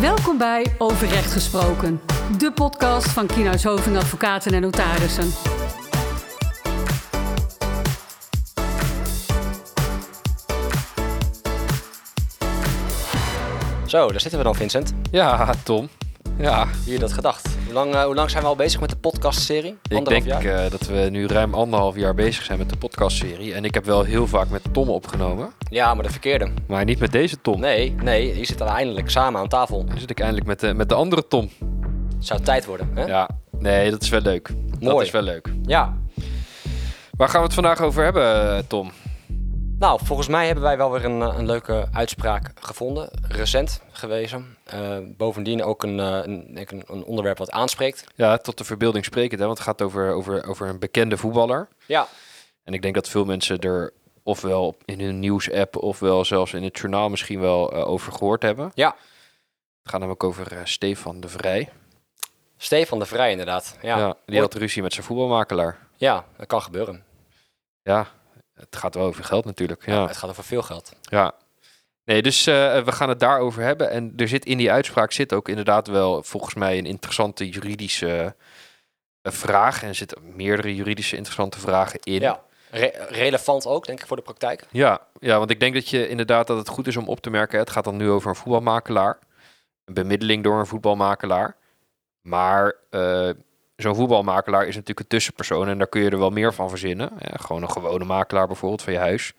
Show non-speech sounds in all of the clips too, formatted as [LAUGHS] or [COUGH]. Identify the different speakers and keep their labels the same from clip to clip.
Speaker 1: Welkom bij Overrecht Gesproken, de podcast van Kienhuis Hoving Advocaten en Notarissen.
Speaker 2: Zo, daar zitten we dan, Vincent.
Speaker 3: Ja, Tom. Ja,
Speaker 2: Wie had dat gedacht? Hoe lang, eh, hoe lang zijn we al bezig met de podcastserie?
Speaker 3: ik denk eh, dat we nu ruim anderhalf jaar bezig zijn met de podcastserie. En ik heb wel heel vaak met Tom opgenomen,
Speaker 2: Ja, maar de verkeerde.
Speaker 3: maar niet met deze Tom.
Speaker 2: Nee, nee, hier zitten we eindelijk samen aan tafel.
Speaker 3: Dan zit ik eindelijk met de, met de andere Tom.
Speaker 2: Zou tijd worden, hè?
Speaker 3: Ja, nee, dat is wel leuk. Dat
Speaker 2: Mooi.
Speaker 3: is wel leuk.
Speaker 2: Ja.
Speaker 3: Waar gaan we het vandaag over hebben, eh, Tom?
Speaker 2: Nou, volgens mij hebben wij wel weer een, eh, een leuke uitspraak gevonden. Recent gewezen. Eh, bovendien ook een, eh, een, denk ik een, een onderwerp wat aanspreekt.
Speaker 3: Ja, tot de verbeelding sprekend, hè? want het gaat over, over, over een bekende voetballer.
Speaker 2: Ja,
Speaker 3: En ik denk dat veel mensen er ofwel op- in hun nieuws-app ofwel zelfs in het journaal misschien wel eh, over gehoord hebben.
Speaker 2: Ja.
Speaker 3: Het gaat namelijk over eh, Stefan de Vrij.
Speaker 2: Stefan de Vrij inderdaad. Ja,
Speaker 3: Ja,
Speaker 2: ja.
Speaker 3: die had ruzie met zijn voetbalmakelaar.
Speaker 2: dat kan gebeuren.
Speaker 3: Ja, het gaat wel over geld natuurlijk. Ja.
Speaker 2: Het gaat over veel geld.
Speaker 3: ja. Nee, dus eh, we gaan het daarover hebben. En er zit in die uitspraak zit ook inderdaad wel volgens mij een interessante juridische eh, vraag. En er zitten meerdere juridische interessante vragen in.
Speaker 2: Ja. Re- relevant ook, denk ik, voor de praktijk.
Speaker 3: Ja, ja, want ik denk dat je inderdaad dat het goed is om op te merken. Het gaat dan nu over een voetbalmakelaar. Een bemiddeling door een voetbalmakelaar. Maar eh, zo'n voetbalmakelaar is natuurlijk een tussenpersoon. En daar kun je er wel meer van verzinnen. Ja, gewoon een gewone makelaar bijvoorbeeld van je huis.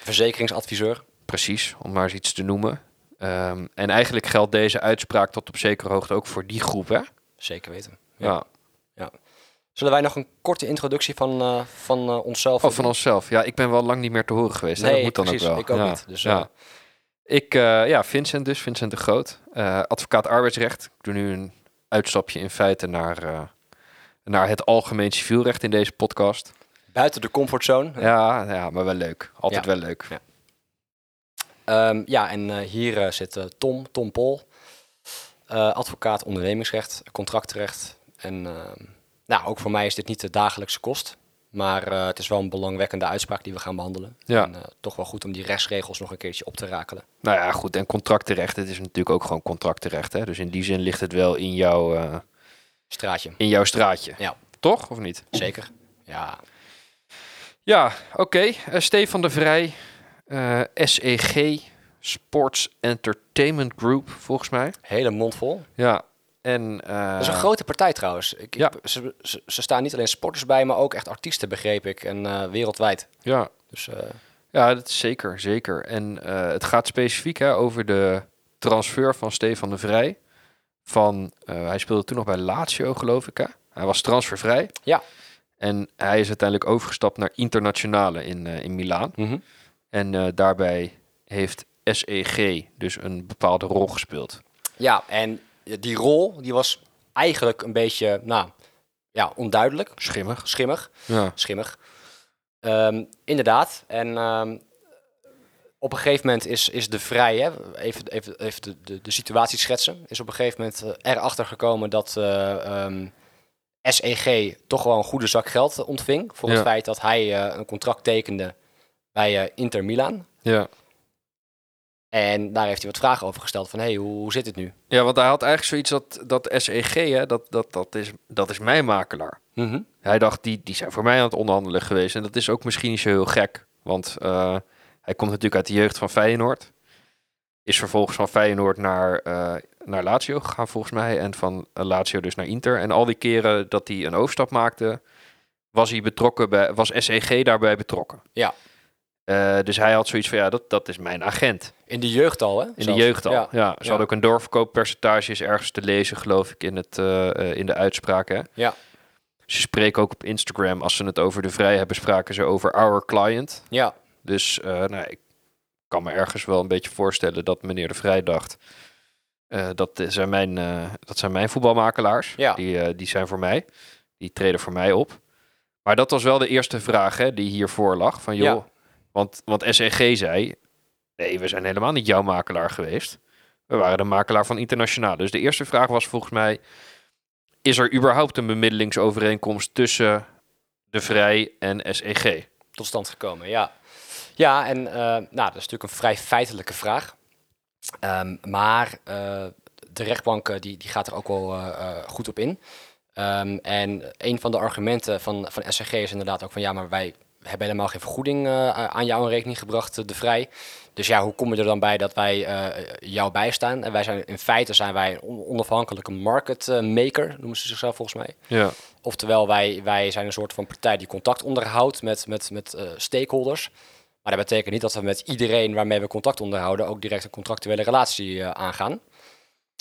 Speaker 2: Verzekeringsadviseur.
Speaker 3: Precies, om maar eens iets te noemen. Ehm, en eigenlijk geldt deze uitspraak tot op zekere hoogte ook voor die groep, hè? Ja.
Speaker 2: Zeker weten. Zullen wij nog een korte introductie van, eh, van eh, onszelf
Speaker 3: Of Oh, van onszelf. Ja, ik ben wel lang niet meer te horen geweest. hè.
Speaker 2: Nee,
Speaker 3: dat moet dan
Speaker 2: precies.
Speaker 3: ook wel.
Speaker 2: Ik ook
Speaker 3: ja.
Speaker 2: niet. Dus,
Speaker 3: ja.
Speaker 2: eh,
Speaker 3: Ik, eh, ja, Vincent dus, Vincent de Groot. eh, advocaat arbeidsrecht. Ik doe nu een uitstapje in feite naar, eh, naar het algemeen civielrecht in deze podcast.
Speaker 2: Buiten de comfortzone.
Speaker 3: Ja, ja maar wel leuk. Altijd
Speaker 2: Ja.
Speaker 3: wel leuk.
Speaker 2: Ja. Ehm, ja, en eh, hier eh, zit eh, Tom, Tom Pol. Eh, advocaat ondernemingsrecht, contractrecht. En ehm, nou, ook voor mij is dit niet de dagelijkse kost. Maar eh, het is wel een belangwekkende uitspraak die we gaan behandelen.
Speaker 3: Ja.
Speaker 2: En, eh, toch wel goed om die rechtsregels nog een keertje op te rakelen.
Speaker 3: Nou ja, goed. En contractenrecht, het is natuurlijk ook gewoon contractenrecht. Hè? Dus in die zin ligt het wel in jouw, eh,
Speaker 2: Straatje.
Speaker 3: in jouw straatje.
Speaker 2: Ja.
Speaker 3: Toch, of niet?
Speaker 2: Zeker. Ja,
Speaker 3: Ja, oké. Eh, Stefan de Vrij, eh, SEG, Sports Entertainment Group, volgens mij.
Speaker 2: hele mond vol.
Speaker 3: Ja, en... eh,
Speaker 2: Dat is een grote partij trouwens. Ik, ik-
Speaker 3: Ja.
Speaker 2: ze, ze, ze staan niet alleen sporters bij, maar ook echt artiesten, begreep ik. En eh, wereldwijd.
Speaker 3: Ja,
Speaker 2: Dus eh,
Speaker 3: ja, dat is zeker, zeker. En eh, het gaat specifiek hè, over de transfer van Stefan de Vrij. Van, eh, hij speelde toen nog bij Lazio, geloof ik. Hè? Hij was transfervrij.
Speaker 2: Ja.
Speaker 3: En hij is uiteindelijk overgestapt naar Internationale in, eh, in Milaan. En eh, daarbij heeft SEG dus een bepaalde rol gespeeld.
Speaker 2: ja, en die rol die was eigenlijk een beetje nou, ja, onduidelijk,
Speaker 3: Schimmig.
Speaker 2: schimmig.
Speaker 3: Ja.
Speaker 2: schimmig. Ehm, inderdaad. En ehm, op een gegeven moment is, is de Vrij, hè, even, even, even de, de, de situatie schetsen, is op een gegeven moment eh, erachter gekomen dat eh, ehm, SEG toch wel een goede zak geld eh, ontving. Voor het
Speaker 3: Ja.
Speaker 2: feit dat hij eh, een contract tekende bij eh, Inter Milan.
Speaker 3: Ja.
Speaker 2: En daar heeft hij wat vragen over gesteld van, hey, hoe, hoe zit het nu?
Speaker 3: ja, want hij had eigenlijk zoiets dat, dat SEG, hè, dat, dat, dat, is, dat is mijn makelaar. Hij dacht, die, die zijn voor mij aan het onderhandelen geweest. En dat is ook misschien niet zo heel gek. Want eh, hij komt natuurlijk uit de jeugd van Feyenoord. Is vervolgens van Feyenoord naar, eh, naar Lazio gegaan, volgens mij. En van eh, Lazio dus naar Inter. En al die keren dat hij een overstap maakte, was, hij betrokken bij, was SEG daarbij betrokken.
Speaker 2: Ja.
Speaker 3: Eh, dus hij had zoiets van, ja, dat, dat is mijn agent.
Speaker 2: In de jeugd al, hè?
Speaker 3: In
Speaker 2: zelfs.
Speaker 3: de jeugd al. Ja,
Speaker 2: Ja.
Speaker 3: ze hadden ook een doorverkooppercentage, is ergens te lezen, geloof ik, in, het, eh, eh, in de uitspraak. Hè?
Speaker 2: Ja.
Speaker 3: Ze spreken ook op Instagram, als ze het over de vrij hebben, spraken ze over our client.
Speaker 2: Ja.
Speaker 3: Dus eh, nou, ik kan me ergens wel een beetje voorstellen dat meneer de Vrij dacht. eh, dat, zijn mijn, eh, dat zijn mijn voetbalmakelaars.
Speaker 2: Ja.
Speaker 3: Die, eh, die zijn voor mij. Die treden voor mij op. Maar dat was wel de eerste vraag hè, die hiervoor lag. Van joh,
Speaker 2: Ja.
Speaker 3: want, want SEG zei... Nee, we zijn helemaal niet jouw makelaar geweest. We waren de makelaar van Internationaal. Dus de eerste vraag was volgens mij... Is er überhaupt een bemiddelingsovereenkomst tussen de Vrij en SEG?
Speaker 2: tot stand gekomen, ja. Ja, en eh, nou, dat is natuurlijk een vrij feitelijke vraag. Ehm, maar eh, de rechtbank eh, die, die gaat er ook wel eh, eh, goed op in. Ehm, en een van de argumenten van, van SRG is inderdaad ook van ja, maar wij hebben helemaal geen vergoeding eh, a- aan jou in rekening gebracht, eh, de vrij. Dus ja, hoe kom je er dan bij dat wij eh, jou bijstaan? En wij zijn in feite zijn wij een on- onafhankelijke market eh, maker, noemen ze zichzelf volgens mij.
Speaker 3: Ja.
Speaker 2: Oftewel, wij, wij zijn een soort van partij die contact onderhoudt met, met, met eh, stakeholders. Maar dat betekent niet dat we met iedereen waarmee we contact onderhouden ook direct een contractuele relatie eh, aangaan.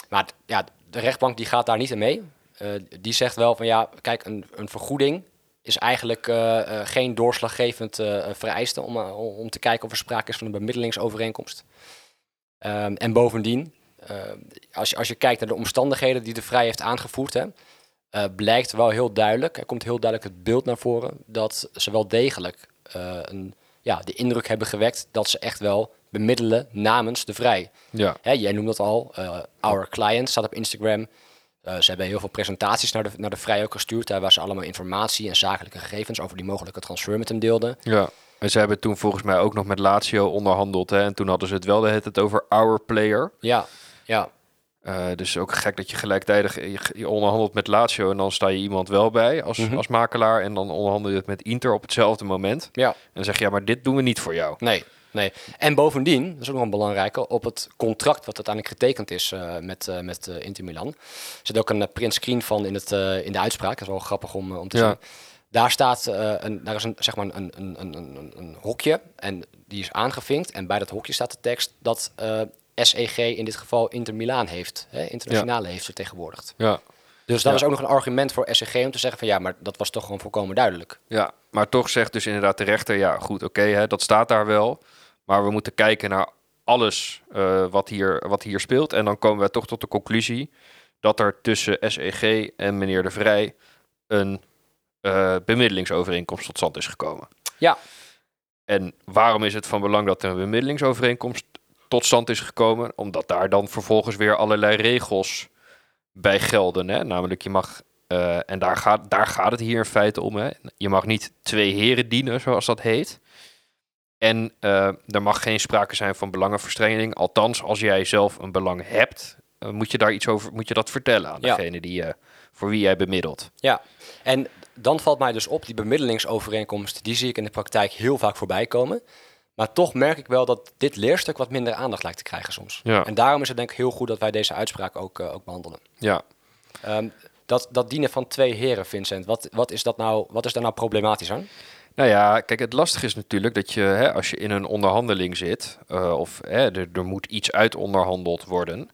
Speaker 2: Maar d- ja, de rechtbank die gaat daar niet in mee. Eh, die zegt wel van ja, kijk, een, een vergoeding is eigenlijk eh, eh, geen doorslaggevend eh, eh, vereiste om, eh, om om te kijken of er sprake is van een bemiddelingsovereenkomst. Ehm, en bovendien, eh, als, je, als je kijkt naar de omstandigheden die de Vrij heeft aangevoerd, hè, eh, blijkt wel heel duidelijk, er komt heel duidelijk het beeld naar voren, dat ze wel degelijk eh, een, ja, de indruk hebben gewekt dat ze echt wel bemiddelen namens de vrij.
Speaker 3: Ja.
Speaker 2: Hè, jij noemt dat al, eh, Our Client staat op Instagram. Eh, ze hebben heel veel presentaties naar de, naar de vrij ook gestuurd, daar waar ze allemaal informatie en zakelijke gegevens over die mogelijke transfer met hem deelden.
Speaker 3: Ja. En ze hebben toen volgens mij ook nog met Lazio onderhandeld. Hè? En toen hadden ze het wel de hele tijd over our player.
Speaker 2: Ja, ja.
Speaker 3: Eh, dus ook gek dat je gelijktijdig eh, je, je onderhandelt met Lazio en dan sta je iemand wel bij als, als makelaar. En dan onderhandel je het met Inter op hetzelfde moment. En
Speaker 2: ja.
Speaker 3: dan zeg je, ja, maar dit doen we niet voor jou.
Speaker 2: Nee, nee. En bovendien, dat is ook nog een belangrijke, op het contract wat uiteindelijk getekend is eh, met, eh, met eh, Inter Milan, zit ook een eh, print screen van in, het, eh, in de uitspraak. Dat is wel grappig om, eh, om te
Speaker 3: Ja.
Speaker 2: zien. Daar staat, eh, een, daar is een, zeg maar een, een, een, een, een, een hokje en die is aangevinkt. En bij dat hokje staat de tekst dat eh, SEG in dit geval Inter Milaan heeft, hè, internationale heeft vertegenwoordigd.
Speaker 3: Ja.
Speaker 2: Dus dat
Speaker 3: Ja.
Speaker 2: is ook nog een argument voor SEG om te zeggen van ja, maar dat was toch gewoon volkomen duidelijk.
Speaker 3: Ja, maar toch zegt dus inderdaad de rechter, ja goed, oké, hè, dat staat daar wel. Maar we moeten kijken naar alles eh, wat, hier, wat hier speelt. En dan komen we toch tot de conclusie dat er tussen SEG en meneer De Vrij een eh, bemiddelingsovereenkomst tot stand is gekomen.
Speaker 2: Ja.
Speaker 3: En waarom is het van belang dat er een bemiddelingsovereenkomst tot stand is gekomen? Omdat daar dan vervolgens weer allerlei regels bij gelden. Hè? Namelijk, je mag, eh, en daar gaat, daar gaat het hier in feite om, hè? je mag niet twee heren dienen, zoals dat heet. En eh, er mag geen sprake zijn van belangenverstrengeling. Althans, als jij zelf een belang hebt, eh, moet je daar iets over, moet je dat vertellen aan
Speaker 2: Ja.
Speaker 3: degene die, eh, voor wie jij bemiddelt.
Speaker 2: Ja, en dan valt mij dus op, die bemiddelingsovereenkomst, die zie ik in de praktijk heel vaak voorbij komen. Maar toch merk ik wel dat dit leerstuk wat minder aandacht lijkt te krijgen soms.
Speaker 3: Ja.
Speaker 2: En daarom is het denk ik heel goed dat wij deze uitspraak ook, eh, ook behandelen.
Speaker 3: Ja,
Speaker 2: Ehm, dat, dat dienen van twee heren, Vincent, wat, wat, is dat nou, wat is daar nou problematisch aan?
Speaker 3: Nou ja, kijk, het lastige is natuurlijk dat je, hè, als je in een onderhandeling zit, eh, of hè, er, er moet iets uit onderhandeld worden,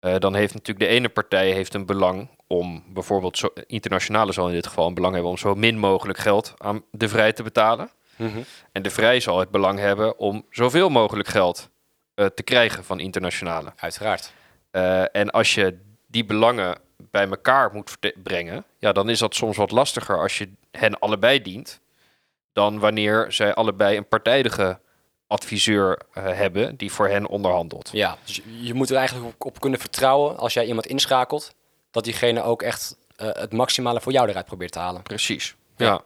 Speaker 3: eh, dan heeft natuurlijk de ene partij heeft een belang om, bijvoorbeeld zo, internationale zal in dit geval een belang hebben om zo min mogelijk geld aan de vrij te betalen. En de vrij zal het belang hebben om zoveel mogelijk geld eh, te krijgen van internationale.
Speaker 2: Uiteraard.
Speaker 3: Eh, en als je die belangen bij elkaar moet verte- brengen, ja, dan is dat soms wat lastiger als je hen allebei dient, dan wanneer zij allebei een partijdige adviseur eh, hebben die voor hen onderhandelt.
Speaker 2: Ja, dus je- je moet er eigenlijk op, op kunnen vertrouwen als jij iemand inschakelt, dat diegene ook echt eh, het maximale voor jou eruit probeert te halen.
Speaker 3: Precies. Ja.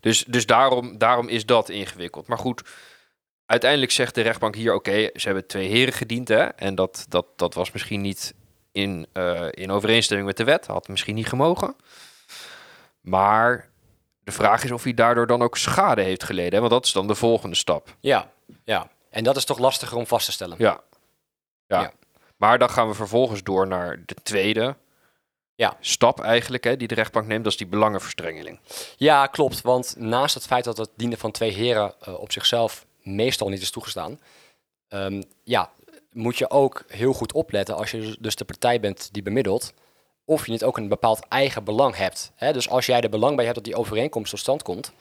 Speaker 3: Dus, dus daarom, daarom is dat ingewikkeld. Maar goed, uiteindelijk zegt de rechtbank hier: oké, ze hebben twee heren gediend. Hè? En dat, dat, dat was misschien niet in, eh, in overeenstemming met de wet. Had misschien niet gemogen. Maar de vraag is of hij daardoor dan ook schade heeft geleden. Hè? Want dat is dan de volgende stap.
Speaker 2: Ja, ja. En dat is toch lastiger om vast te stellen.
Speaker 3: Ja. ja.
Speaker 2: Ja.
Speaker 3: Maar dan gaan we vervolgens door naar de tweede
Speaker 2: Ja.
Speaker 3: stap eigenlijk, hè, die de rechtbank neemt. Dat is die belangenverstrengeling.
Speaker 2: Ja, klopt. Want naast het feit dat het dienen van twee heren eh, op zichzelf meestal niet is toegestaan, ehm, ja, moet je ook heel goed opletten als je dus de partij bent die bemiddelt, of je niet ook een bepaald eigen belang hebt. Hè? Dus als jij er belang bij hebt dat die overeenkomst tot stand komt,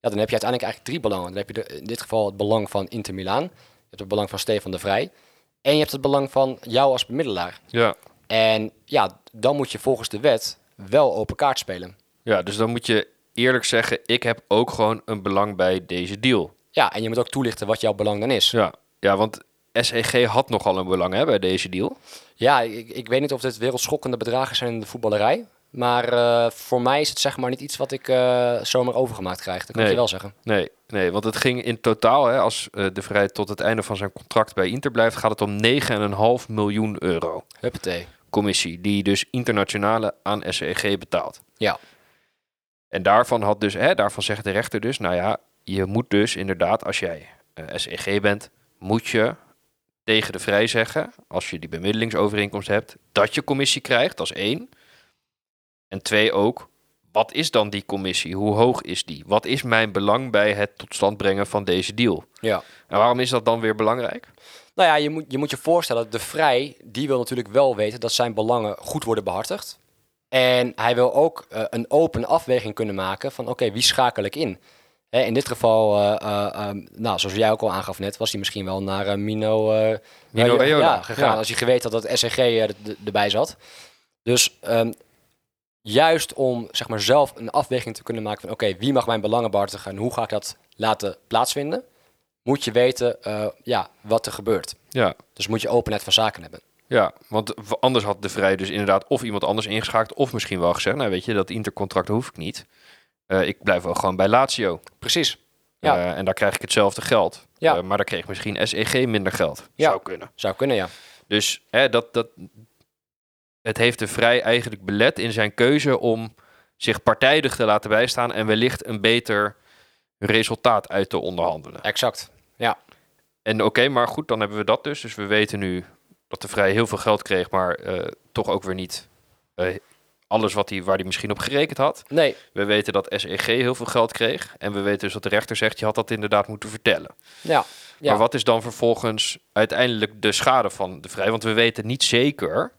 Speaker 2: ja, dan heb je uiteindelijk eigenlijk drie belangen. Dan heb je de- in dit geval het belang van Inter Milaan, je hebt het belang van Stefan de Vrij en je hebt het belang van jou als bemiddelaar.
Speaker 3: Ja.
Speaker 2: En ja, dan moet je volgens de wet wel open kaart spelen.
Speaker 3: Ja, dus dan moet je eerlijk zeggen, ik heb ook gewoon een belang bij deze deal.
Speaker 2: Ja, en je moet ook toelichten wat jouw belang dan is.
Speaker 3: Ja, ja want SEG had nogal een belang hè, bij deze deal.
Speaker 2: Ja, ik, ik weet niet of dit wereldschokkende bedragen zijn in de voetballerij. Maar eh, voor mij is het zeg maar niet iets wat ik eh, zomaar overgemaakt krijg. Dat kan
Speaker 3: Nee.
Speaker 2: je wel zeggen.
Speaker 3: Nee, nee, want het ging in totaal, hè, als eh, De Vrij tot het einde van zijn contract bij Inter blijft, gaat het om 9,5 miljoen euro
Speaker 2: Huppatee.
Speaker 3: commissie, die dus internationale aan SEG betaalt.
Speaker 2: Ja.
Speaker 3: En daarvan, had dus, hè, daarvan zegt de rechter dus, nou ja, je moet dus inderdaad, als jij eh, SEG bent, moet je tegen De Vrij zeggen, als je die bemiddelingsovereenkomst hebt, dat je commissie krijgt, dat is één. En twee ook, wat is dan die commissie? Hoe hoog is die? Wat is mijn belang bij het tot stand brengen van deze deal?
Speaker 2: Ja.
Speaker 3: En waarom is dat dan weer belangrijk?
Speaker 2: Nou ja, je moet, je moet je voorstellen, de Vrij, die wil natuurlijk wel weten dat zijn belangen goed worden behartigd. En hij wil ook eh, een open afweging kunnen maken van, oké, wie schakel ik in? Hè, in dit geval, eh, eh, ehm, nou, zoals jij ook al aangaf net, was hij misschien wel naar eh, Mino, eh,
Speaker 3: Mino
Speaker 2: eh,
Speaker 3: Raiola,
Speaker 2: ja, gegaan.
Speaker 3: ja.
Speaker 2: Als hij geweten had dat SRG er, d- erbij zat. Dus ehm, juist om zeg maar, zelf een afweging te kunnen maken van, oké, wie mag mijn belangen behartigen en hoe ga ik dat laten plaatsvinden? Moet je weten eh, ja, wat er gebeurt.
Speaker 3: Ja,
Speaker 2: Dus moet je openheid van zaken hebben.
Speaker 3: Ja, want w- anders had De Vrij dus inderdaad of iemand anders ingeschakeld... of misschien wel gezegd, nou weet je, dat intercontract hoef ik niet. Eh, ik blijf wel gewoon bij Lazio.
Speaker 2: Precies. Ja.
Speaker 3: Eh, en daar krijg ik hetzelfde geld.
Speaker 2: Ja.
Speaker 3: Eh, maar daar kreeg misschien SEG minder geld.
Speaker 2: Ja.
Speaker 3: Zou kunnen.
Speaker 2: Zou kunnen, ja.
Speaker 3: Dus hè, dat, dat, het heeft De Vrij eigenlijk belet in zijn keuze... om zich partijdig te laten bijstaan... en wellicht een beter resultaat uit te onderhandelen.
Speaker 2: Exact.
Speaker 3: En oké, maar goed, dan hebben we dat dus. Dus we weten nu dat de Vrij heel veel geld kreeg, maar eh, toch ook weer niet eh, alles wat hij, waar hij misschien op gerekend had.
Speaker 2: Nee,
Speaker 3: We weten dat SEG heel veel geld kreeg. En we weten dus dat de rechter zegt, je had dat inderdaad moeten vertellen.
Speaker 2: ja. Ja.
Speaker 3: Maar wat is dan vervolgens uiteindelijk de schade van de Vrij? Want we weten niet zeker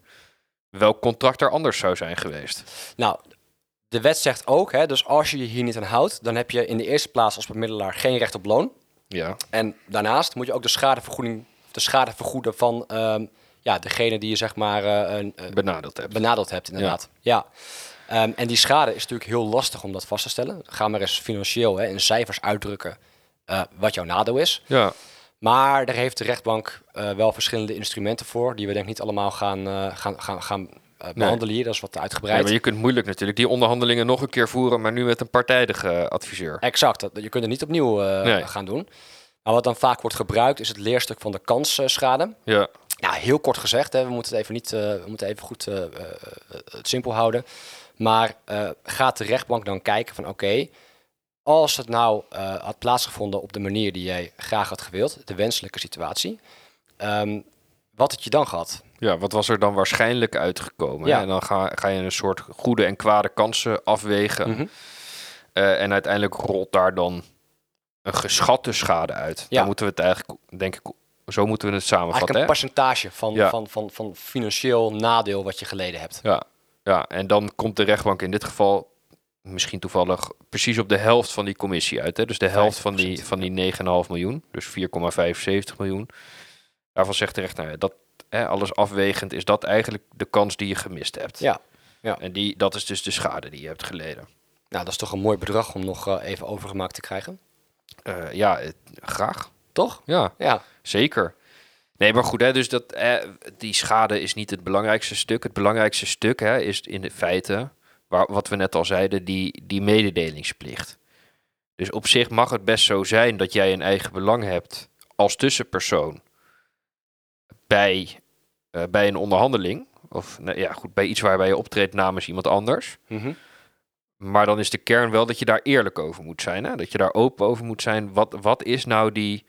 Speaker 3: welk contract er anders zou zijn geweest.
Speaker 2: Nou, de wet zegt ook, hè, dus als je je hier niet aan houdt, dan heb je in de eerste plaats als bemiddelaar geen recht op loon.
Speaker 3: Ja,
Speaker 2: En daarnaast moet je ook de schadevergoeding, de schade vergoeden van ehm, ja, degene die je zeg maar eh, een, eh,
Speaker 3: benadeeld hebben.
Speaker 2: benadeld hebt, inderdaad. Ja. Ehm, en die schade is natuurlijk heel lastig om dat vast te stellen. Ga maar eens financieel hè, in cijfers uitdrukken eh, wat jouw nadeel is.
Speaker 3: Ja,
Speaker 2: Maar daar heeft de rechtbank eh, wel verschillende instrumenten voor, die we denk ik niet allemaal gaan, eh, gaan, gaan, gaan eh, behandelen hier. Dat is wat
Speaker 3: ja,
Speaker 2: uitgebreid.
Speaker 3: maar je kunt moeilijk natuurlijk die onderhandelingen nog een keer voeren, maar nu met een partijdige adviseur.
Speaker 2: Exact, dat, je kunt het niet opnieuw eh,
Speaker 3: Nee.
Speaker 2: gaan doen. Maar wat dan vaak wordt gebruikt is het leerstuk van de kansschade.
Speaker 3: Ja,
Speaker 2: Nou, heel kort gezegd, hè, we moeten het even, niet, eh, we moeten even goed eh, eh, het simpel houden. Maar eh, gaat de rechtbank dan kijken van oké, als het nou eh, had plaatsgevonden op de manier die jij graag had gewild, de wenselijke situatie, ehm, wat had je dan gehad?
Speaker 3: Ja, wat was er dan waarschijnlijk uitgekomen? hè?
Speaker 2: Ja.
Speaker 3: En dan ga, ga je een soort goede en kwade kansen afwegen.
Speaker 2: Mhm.
Speaker 3: Eh, en uiteindelijk rolt daar dan een geschatte schade uit.
Speaker 2: Ja.
Speaker 3: Dan moeten we het eigenlijk, denk ik, zo moeten we het
Speaker 2: Eigenlijk
Speaker 3: samenvatten.
Speaker 2: een
Speaker 3: hè?
Speaker 2: percentage van,
Speaker 3: Ja.
Speaker 2: van, van, van financieel nadeel wat je geleden hebt.
Speaker 3: Ja, ja, en dan komt de rechtbank in dit geval misschien toevallig precies op de helft van die commissie uit. Hè? Dus de helft van die,
Speaker 2: 50%,
Speaker 3: van die 9,5 miljoen, dus 4,75 miljoen. Daarvan zegt de rechter, nou ja, dat, hè, alles afwegend, is dat eigenlijk de kans die je gemist hebt.
Speaker 2: Ja, ja.
Speaker 3: En die, dat is dus de schade die je hebt geleden.
Speaker 2: Nou, dat is toch een mooi bedrag om nog eh, even overgemaakt te krijgen.
Speaker 3: Eh, ja, het- graag.
Speaker 2: Toch?
Speaker 3: Ja,
Speaker 2: Ja,
Speaker 3: zeker. Nee, maar goed, hè, dus dat, eh, die schade is niet het belangrijkste stuk. Het belangrijkste stuk hè, is in de feite, waar, wat we net al zeiden, die, die mededelingsplicht. Dus op zich mag het best zo zijn dat jij een eigen belang hebt als tussenpersoon bij, eh, bij een onderhandeling. Of nou, ja, goed, bij iets waarbij je optreedt namens iemand anders.
Speaker 2: Mhm.
Speaker 3: Maar dan is de kern wel dat je daar eerlijk over moet zijn. Hè? Dat je daar open over moet zijn. Wat, wat is nou die.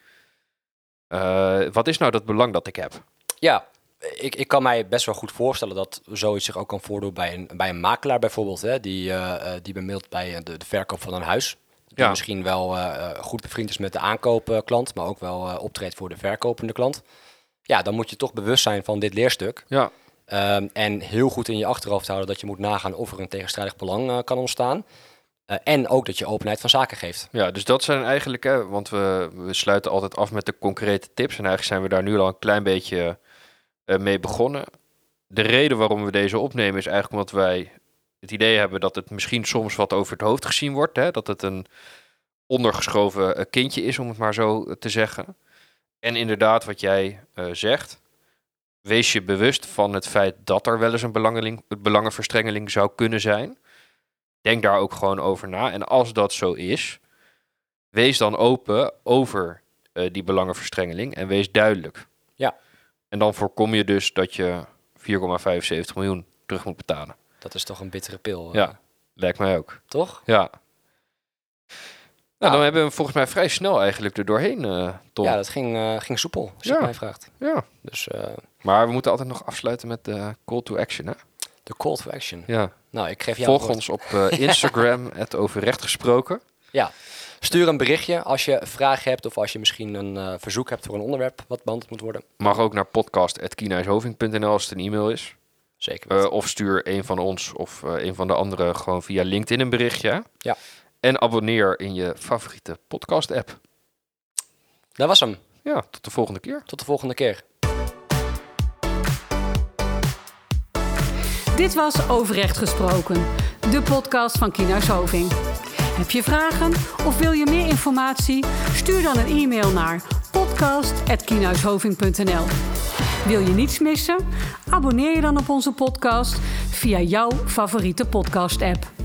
Speaker 3: eh, wat is nou dat belang dat ik heb?
Speaker 2: ja. Ik, ik kan mij best wel goed voorstellen dat zoiets zich ook kan voordoen bij een, bij een makelaar bijvoorbeeld. Hè, die, eh, eh, die bemiddelt bij eh, de, de verkoop van een huis. Die
Speaker 3: Ja.
Speaker 2: misschien wel eh, eh, goed bevriend is met de aankoopklant, maar ook wel eh, optreedt voor de verkopende klant. Ja, dan moet je toch bewust zijn van dit leerstuk.
Speaker 3: Ja,
Speaker 2: Ehm, en heel goed in je achterhoofd houden dat je moet nagaan of er een tegenstrijdig belang eh, kan ontstaan. Eh, en ook dat je openheid van zaken geeft.
Speaker 3: ja dus dat zijn eigenlijk. Hè, want we, we sluiten altijd af met de concrete tips. En eigenlijk zijn we daar nu al een klein beetje eh, mee begonnen. De reden waarom we deze opnemen is eigenlijk omdat wij het idee hebben dat het misschien soms wat over het hoofd gezien wordt. Hè? Dat het een ondergeschoven eh, kindje is, om het maar zo eh, te zeggen. En inderdaad, wat jij eh, zegt, wees je bewust van het feit dat er wel eens een belangeling- belangenverstrengeling zou kunnen zijn. Denk daar ook gewoon over na. En als dat zo is, wees dan open over eh, die belangenverstrengeling en wees duidelijk.
Speaker 2: Ja.
Speaker 3: En dan voorkom je dus dat je 4,75 miljoen terug moet betalen.
Speaker 2: Dat is toch een bittere pil, eh,
Speaker 3: Ja. Lijkt mij ook.
Speaker 2: toch?
Speaker 3: Ja. Nou, dan hebben we hem volgens mij vrij snel eigenlijk er doorheen, eh Tom.
Speaker 2: Ja, dat ging, eh, ging soepel, als je
Speaker 3: Ja.
Speaker 2: het mij vraagt.
Speaker 3: Ja.
Speaker 2: Dus eh,
Speaker 3: Maar we moeten altijd nog afsluiten met de call to action, hè?
Speaker 2: de call to action.
Speaker 3: Ja.
Speaker 2: Nou, ik geef jou het
Speaker 3: Volg
Speaker 2: woord.
Speaker 3: ons op
Speaker 2: [LAUGHS]
Speaker 3: eh, Instagram, het overrecht gesproken.
Speaker 2: Stuur een berichtje als je vragen hebt of als je misschien een eh, verzoek hebt voor een onderwerp wat behandeld moet worden.
Speaker 3: Mag ook naar podcast.kinaishoving.nl als het een e-mail is.
Speaker 2: Zeker.
Speaker 3: Eh,
Speaker 2: weten.
Speaker 3: of stuur een van ons of eh, een van de anderen gewoon via LinkedIn een berichtje. hè?
Speaker 2: Ja.
Speaker 3: En abonneer in je favoriete podcast-app.
Speaker 2: Dat was hem.
Speaker 3: Ja, tot de volgende keer.
Speaker 2: Tot de volgende keer.
Speaker 1: Dit was Overrecht Gesproken, de podcast van Kina Zoving. Heb je vragen of wil je meer informatie? Stuur dan een e-mail naar podcast.kienhuishoving.nl Wil je niets missen? Abonneer je dan op onze podcast via jouw favoriete podcast-app.